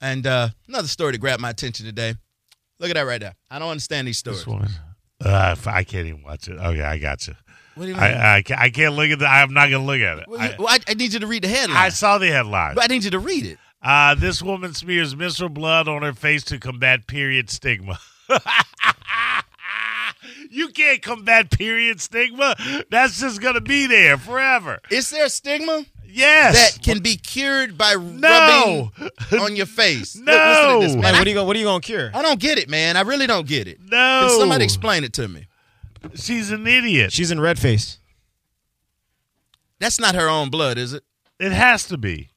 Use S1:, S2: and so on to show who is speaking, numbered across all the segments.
S1: And uh, another story that grabbed my attention today. Look at that right there. I don't understand these stories.
S2: This one. Uh, I can't even watch it. Okay, I got you.
S1: What do you mean?
S2: I, I, ca- I can't look at the. I'm not gonna look at it.
S1: Well, you-
S2: I,
S1: well, I, I need you to read the headline.
S2: I saw the headline.
S1: but I need you to read it.
S2: Uh, this woman smears menstrual blood on her face to combat period stigma. you can't combat period stigma. That's just gonna be there forever.
S1: Is there a stigma
S2: Yes.
S1: that can be cured by
S2: no.
S1: rubbing on your face? Look,
S2: No.
S1: listen to this, man.
S3: Man, Oh. what are you gonna what are you gonna cure?
S1: I don't get it, man. I really don't get it.
S2: No.
S1: Can somebody explain it to me?
S2: She's an idiot.
S3: She's in red face.
S1: That's not her own blood, is it?
S2: it has to be.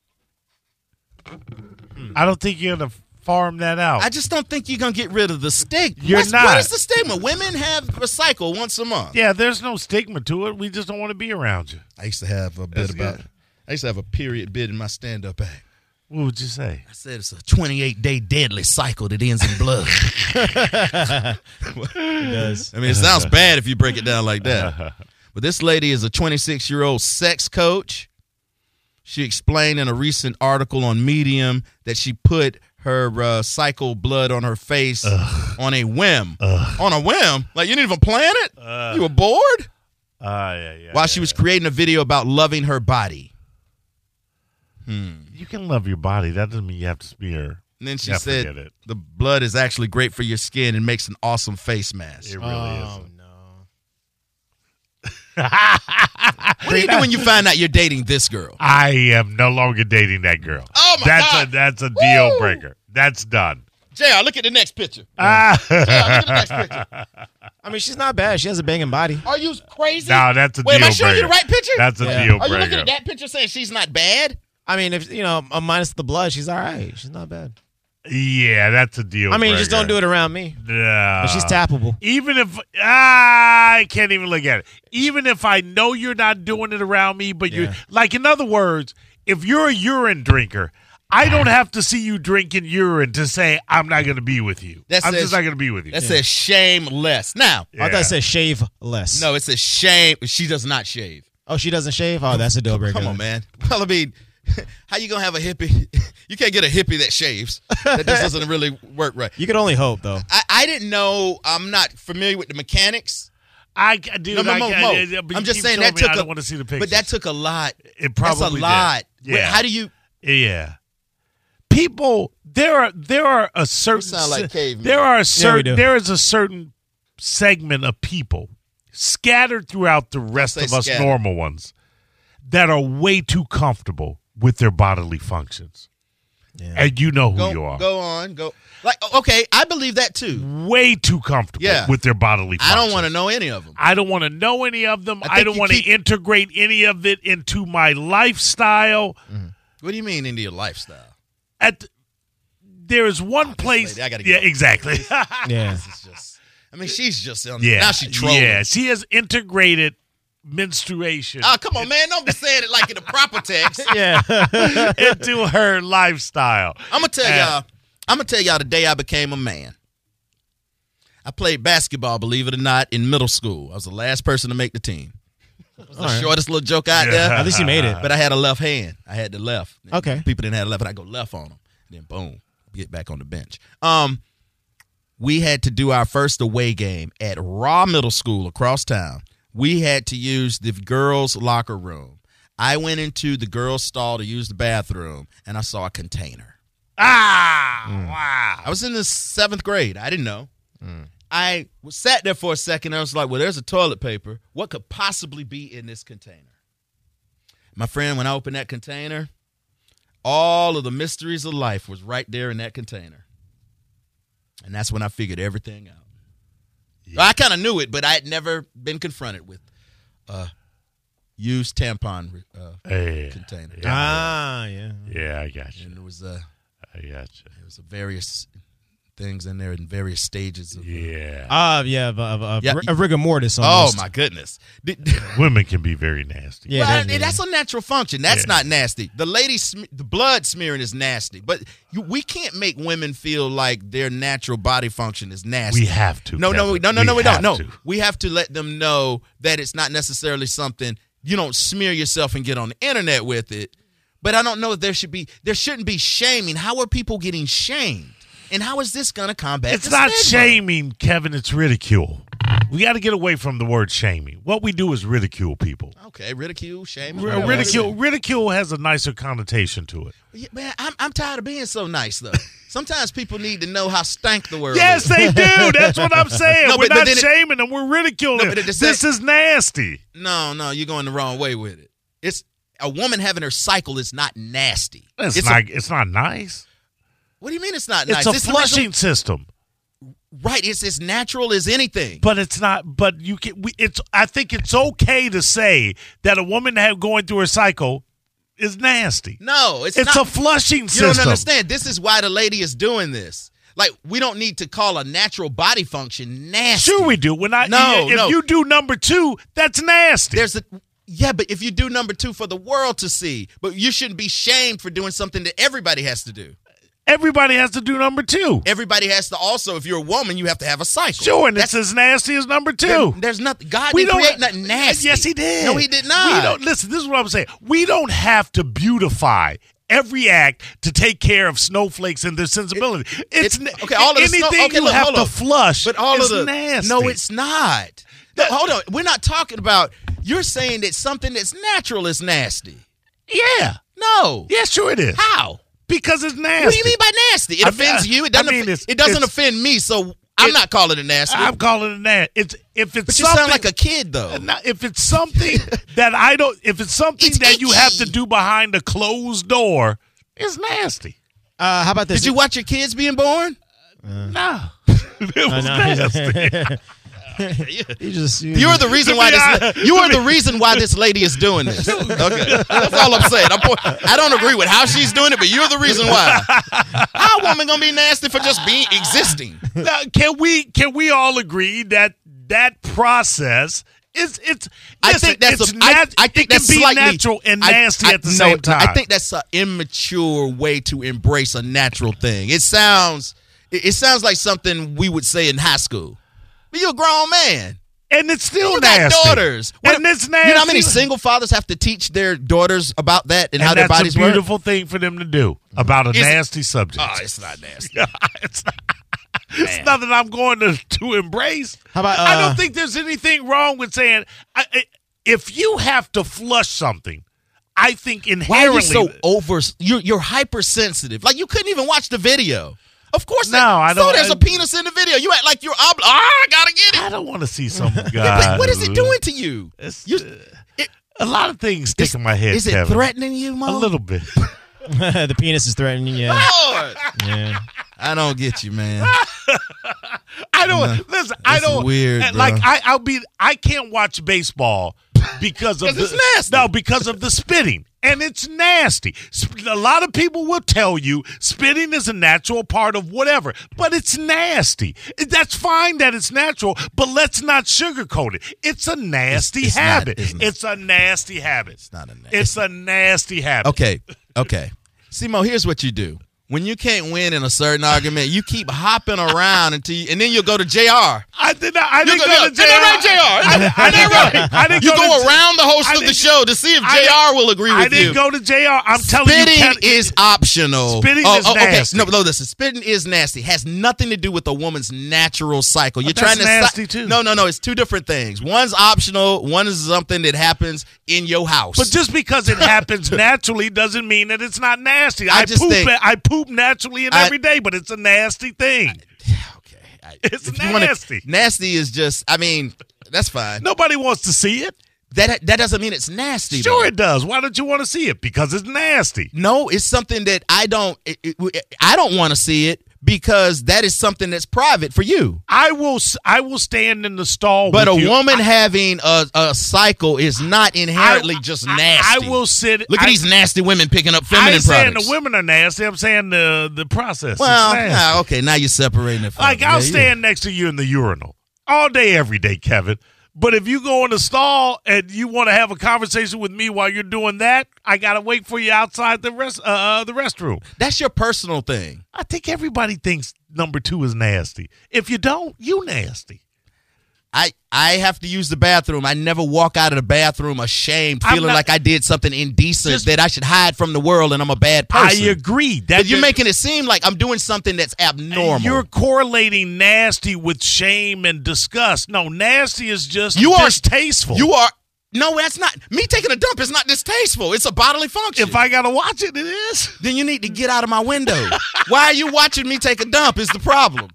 S1: Hmm.
S2: I don't think you're gonna farm that out.
S1: I just don't think you're gonna get rid of the stigma.
S2: You're
S1: What's- What
S2: not.
S1: is the stigma? Women have recycle once a month.
S2: yeah, there's no stigma to it. We just don't want to be around you.
S1: I used to have a bit
S2: That's
S1: about.
S2: good.
S1: I used to have a period bit in my stand-up act.
S2: What would you say?
S1: I said it's a 28-day deadly cycle that ends in blood.
S3: It does.
S1: I mean, it sounds bad if you break it down like that. But this lady is a 26 year old sex coach. She explained in a recent article on Medium that she put her uh, cycle blood on her face on a whim. On a whim? Like, you didn't even plan it? you were bored?
S2: Uh,
S3: Ah,
S2: yeah, yeah.
S1: While she was creating a video about loving her body.
S2: You can love your body. That doesn't mean you have to smear.
S1: And then she
S2: Yeah,
S1: said,
S2: forget it.
S1: the blood is actually great for your skin and makes an awesome face mask.
S2: It really
S3: oh
S2: isn't.
S3: no.
S1: What do you do when you find out you're dating this girl?
S2: I am no longer dating that girl.
S1: Oh, my
S2: that's
S1: God.
S2: A, that's a deal
S1: Woo.
S2: breaker. That's done.
S1: JR, look at the next picture.
S2: Ah,
S1: JR, look at the next picture.
S3: I mean, she's not bad. She has a banging body.
S1: Are you crazy?
S2: no, that's a
S1: Wait, am
S2: deal
S1: I showing
S2: breaker.
S1: you the right picture?
S2: That's a
S3: Yeah.
S1: Are
S2: deal
S1: you
S2: breaker.
S1: looking at that picture saying she's not bad?
S3: I mean, if you know, uh, minus the blood, she's all right. She's not bad.
S2: Yeah, that's a deal.
S3: I mean, just don't do it around me.
S2: No.
S3: But she's tappable.
S2: Even if ah, I can't even look at it. Even if I know you're not doing it around me, but you
S3: Yeah.
S2: like in other words, if you're a urine drinker, I don't have to see you drinking urine to say I'm not going to be with you.
S1: That
S2: I'm
S1: says-
S2: just not going to be with you.
S1: That says shameless. Now,
S3: I
S2: Yeah.
S3: thought it said shave less.
S1: no, it says shame. She does not shave.
S3: Oh, she doesn't shave. Oh, that's a deal breaker.
S1: Come on, man. Well, I mean, how you gonna have a hippie? You can't get a hippie that shaves. That just doesn't really work right.
S3: You could only hope though.
S1: I, I didn't know. I'm not familiar with the mechanics.
S2: I do.
S1: No, no,
S2: I,
S1: no,
S2: can't-
S1: no.
S2: yeah, yeah, but
S1: I'm
S2: you
S1: just
S2: keep
S1: saying
S2: telling
S1: that
S2: me
S1: took.
S2: I
S1: a,
S2: don't want to see the picture.
S1: But that took a lot.
S2: it probably
S1: That's a
S2: did.
S1: lot. Wait,
S2: Yeah.
S1: How do you?
S2: Yeah. People, there are there are a certain
S1: sound like
S2: se-
S1: cavemen.
S2: there are a
S3: we
S2: certain
S3: do.
S2: there is a certain segment of people scattered throughout the rest
S1: Say
S2: of us
S1: scattered.
S2: normal ones that are way too comfortable with their bodily functions.
S3: Yeah.
S2: And you know who
S1: Go,
S2: you are.
S1: go on. Go. Like okay, I believe that too.
S2: Way too comfortable
S1: Yeah.
S2: with their bodily
S1: I
S2: functions.
S1: don't want to know any of them.
S2: I don't want to know any of them.
S1: I
S2: I,
S1: think
S2: don't
S1: you
S2: want to
S1: keep-
S2: integrate any of it into my lifestyle.
S1: What do you mean into your lifestyle?
S2: At there is one place.
S1: Oh, lady, I gotta get
S2: yeah,
S1: off.
S2: exactly.
S3: Yeah.
S1: It's just. I mean, she's just on,
S2: Yeah.
S1: now she trolling.
S2: Yeah, she has integrated menstruation
S1: Ah, come on, man! Don't be saying it like in the proper text.
S3: Yeah.
S2: into her lifestyle.
S1: I'm gonna tell
S2: Yeah.
S1: y'all. I'm gonna tell y'all the day I became a man. I played basketball, believe it or not, in middle school. I was the last person to make the team. It was the
S3: All right.
S1: shortest little joke out
S2: Yeah.
S3: At
S1: there.
S3: least you made it.
S1: But I had a left hand. I had the left.
S3: Okay.
S1: People didn't have left, and I go left on them. Then boom, get back on the bench. Um, we had to do our first away game at Raw Middle School across town. We had to use the girls' locker room. I went into the girls' stall to use the bathroom, and I saw a container.
S2: Ah,
S1: Mm.
S2: wow.
S1: I was in the seventh grade. I didn't know. I was sat there for a second. I was like, well, there's a toilet paper. What could possibly be in this container? My friend, when I opened that container, all of the mysteries of life was right there in that container. And that's when I figured everything out. I kind of knew it, but I had never been confronted with uh, used tampon uh,
S2: Yeah.
S1: container.
S3: ah, yeah.
S2: Yeah, I got you.
S1: And it was uh,
S2: I got
S1: it was various things in there in various stages of Uh,
S2: you. Yeah.
S3: Ah, yeah. Of, of, of,
S1: Yeah.
S3: a rigor mortis.
S1: Oh
S3: Almost.
S1: my goodness! Did-
S2: Women can be very nasty.
S3: Yeah.
S1: Well,
S3: that-
S1: I- that's a natural function. That's
S2: Yeah.
S1: not nasty. The lady, sm- the blood smearing is nasty, but you, we can't make women feel like their natural body function is nasty.
S2: We have to.
S1: no, no,
S2: Kevin.
S1: no, no, no, we don't.
S2: have
S1: No,
S2: to.
S1: we have to let them know that it's not necessarily something you don't smear yourself and get on the internet with it. But I don't know if there should be there shouldn't be shaming. How are people getting shamed? And how is this gonna combat?
S2: It's
S1: the
S2: not
S1: stigma?
S2: shaming, Kevin. It's ridicule. We got to get away from the word shaming. What we do is ridicule people.
S1: Okay, ridicule, shame.
S2: R- ridicule, ridicule has a nicer connotation to it.
S1: Yeah, man, I'm, I'm tired of being so nice though. Sometimes people need to know how stank the world
S2: Yes,
S1: is.
S2: they do. That's what I'm saying.
S1: No,
S2: we're
S1: but- but
S2: not
S1: then it-
S2: shaming them. We're ridiculing
S1: No,
S2: them.
S1: but it
S2: This
S1: just
S2: is nasty.
S1: No, no, you're going the wrong way with it. It's a woman having her cycle is not nasty.
S2: It's,
S1: It's a-
S2: not. it's not nice.
S1: what do you mean it's not
S2: It's
S1: nice?
S2: a
S1: It's the reason-
S2: flushing system,
S1: right, it's as natural as anything.
S2: but it's not. But you can. We, it's. I think it's okay to say that a woman have going through her cycle is nasty.
S1: no, it's,
S2: It's,
S1: not
S2: a flushing
S1: You
S2: system.
S1: don't understand. This is why the lady is doing this. Like, we don't need to call a natural body function nasty.
S2: Sure, we do. When I
S1: No,
S2: if
S1: no.
S2: you do number two, that's nasty.
S1: There's a yeah, but if you do number two for the world to see, but you shouldn't be shamed for doing something that everybody has to do.
S2: Everybody has to do number two.
S1: Everybody has to also, if you're a woman, you have to have a cycle.
S2: Sure, and
S1: That's-
S2: it's as nasty as number
S1: there-
S2: two.
S1: there's nothing. God we didn't create nothing nasty.
S2: Yes, he did.
S1: No, he did not.
S2: We don't listen. This is what I'm saying. We don't have to beautify every act to take care of snowflakes and their sensibility. it's
S1: it-
S2: na-
S1: okay, all of the
S2: anything
S1: snow- okay,
S2: you
S1: look,
S2: have
S1: hold
S2: to
S1: on.
S2: flush.
S1: But all
S2: is
S1: of the
S2: nasty.
S1: no, it's not. No, hold on, we're not talking about. You're saying that something that's natural is nasty.
S2: yeah,
S1: No,
S2: yeah, sure it is.
S1: how?
S2: Because it's nasty.
S1: What do you mean by nasty? It
S2: I mean,
S1: offends
S2: I-
S1: you. It
S2: I
S1: doesn't.
S2: mean,
S1: offe-
S2: it's-
S1: it doesn't
S2: it's-
S1: offend me. So I'm not calling it nasty.
S2: I'm calling it that. It's if it's
S1: but you
S2: something
S1: sound like a kid though.
S2: Now, if it's something that I don't, if it's something
S1: It's
S2: that you have to
S1: itchy.
S2: do behind a closed door, it's nasty.
S3: Uh, how about this?
S1: Did you watch your kids being born? Uh.
S2: No, it was nasty.
S3: You just you,
S1: You're the reason why this. You are the reason why this lady is doing this. Okay, that's all I'm saying. I'm, point- I don't agree with how she's doing it, but you're the reason why. How a woman gonna be nasty for just being existing?
S2: Now, can we can we all agree that that process is it's?
S1: I
S2: listen,
S1: think that's
S2: it's
S1: a, I,
S2: nat-
S1: I think
S2: it can
S1: that's
S2: be
S1: slightly,
S2: natural and
S1: I-
S2: nasty
S1: I-
S2: at the
S1: no,
S2: same
S1: no,
S2: time.
S1: I think that's an immature way to embrace a natural thing. It sounds it, it sounds like something we would say in high school. But you're a grown man.
S2: and it's still
S1: You got
S2: nasty.
S1: daughters.
S2: and it's nasty.
S1: You know how many single fathers have to teach their daughters about that and,
S2: and
S1: how their
S2: that's
S1: bodies
S2: a
S1: work?
S2: beautiful thing for them to do about a
S1: it-
S2: nasty subject.
S1: Oh, it's not nasty.
S2: it's not, it's not that I'm going to, to embrace.
S3: How about,
S2: I
S3: uh,
S2: don't think there's anything wrong with saying I, I, if you have to flush something. I think
S1: Why are
S2: inherently.
S1: you so over? You're, you're hypersensitive. Like you couldn't even watch the video. Of course,
S2: No,
S1: that-
S2: I
S1: So
S2: don't-
S1: there's a penis in the video. You act like you're obli- Ah, I gotta get it.
S2: I don't want to see some
S1: Yeah,
S2: guy.
S1: but what is it doing to you?
S2: It's-
S1: You- it-
S2: A lot of things stick
S1: it's-
S2: in my head.
S1: Is it
S2: Kevin.
S1: threatening you, Mo?
S2: A little bit.
S3: the penis is threatening you. Yeah.
S1: Lord,
S3: yeah.
S1: I don't get you, man.
S2: I don't listen. I
S1: that's
S2: don't
S1: weird,
S2: uh, Like
S1: bro.
S2: I, I'll be. I can't watch baseball because of
S1: 'Cause
S2: the
S1: it's nasty.
S2: no because of the spitting and it's nasty. Sp- A lot of people will tell you spitting is a natural part of whatever, but it's nasty. That's fine that it's natural, but let's not sugarcoat it. It's a nasty
S1: it's not,
S2: habit.
S1: isn't it?
S2: it's a nasty habit. It's
S1: not a na-
S2: It's a nasty habit.
S1: Okay, okay. See, Mo, here's what you do. When you can't win in a certain argument, you keep hopping around until, you, and then you'll go to Jr.
S2: I did not. I didn't
S1: You're
S2: go
S1: gonna-
S2: to JR.
S1: Ain't that right, JR?
S2: I, I didn't go. I didn't
S1: You
S2: go,
S1: go
S2: to,
S1: around the host
S2: I
S1: of the
S2: didn't-
S1: show to see if
S2: I
S1: Jr. will agree with
S2: I didn't
S1: you.
S2: go to JR. I'm telling you,
S1: Spitting
S2: Kevin-
S1: is optional. Oh,
S2: Spitting is nasty.
S1: Okay. No, no, listen. Spitting is nasty. Has nothing to do with a woman's natural cycle. You're
S2: But that's
S1: trying to si-
S2: nasty, too.
S1: No, no, no. It's two different things. One's optional. One is something that happens in your house.
S2: But just because it happens naturally doesn't mean that it's not nasty. I,
S1: I just
S2: poop.
S1: think-
S2: I poop naturally and
S1: I-
S2: every day, but it's a nasty thing.
S1: okay, I-
S2: It's
S1: if you wanna-
S2: nasty.
S1: nasty is just. I mean, that's fine.
S2: Nobody wants to see it.
S1: That that doesn't mean it's nasty.
S2: Sure,
S1: though.
S2: it does. Why don't you want to see it? Because it's nasty.
S1: No, it's something that I don't. It, it, I don't want to see it because that is something that's private for you.
S2: I will. s- I will stand in the stall.
S1: But a
S2: with you.
S1: woman having a, a cycle is not inherently just
S2: I-
S1: nasty.
S2: I, will sit.
S1: Look at
S2: I-
S1: these nasty women picking up
S2: I
S1: feminine
S2: ain't saying
S1: products.
S2: the women are nasty. I'm saying the the process.
S1: well,
S2: is nasty.
S1: nah, okay, now you're separating it. From
S2: Like
S1: it.
S2: I'll
S1: Yeah,
S2: stand next to you in the urinal all day, every day, Kevin. But if you go in the stall and you want to have a conversation with me while you're doing that, I gotta wait for you outside the rest uh, uh, the restroom.
S1: you- That's your personal thing.
S2: I think everybody thinks number two is nasty. If you don't, you nasty.
S1: I I have to use the bathroom. I never walk out of the bathroom ashamed,
S2: I'm
S1: feeling
S2: not-
S1: like I did something indecent
S2: Just-
S1: that I should hide from the world, and I'm a bad
S2: I
S1: person.
S2: agree. That
S1: But you're
S2: that-
S1: making it seem like I'm doing something that's abnormal.
S2: You're correlating nasty with shame and disgust. No, nasty is just
S1: You are-
S2: distasteful.
S1: You are no, that's not me taking a dump is not distasteful. It's a bodily function.
S2: if I gotta watch it, it is.
S1: then you need to get out of my window. Why are you watching me take a dump? Is the problem?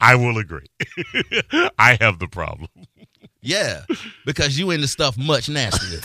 S2: I will agree. I have the problem.
S1: Yeah, because you into stuff much nastier.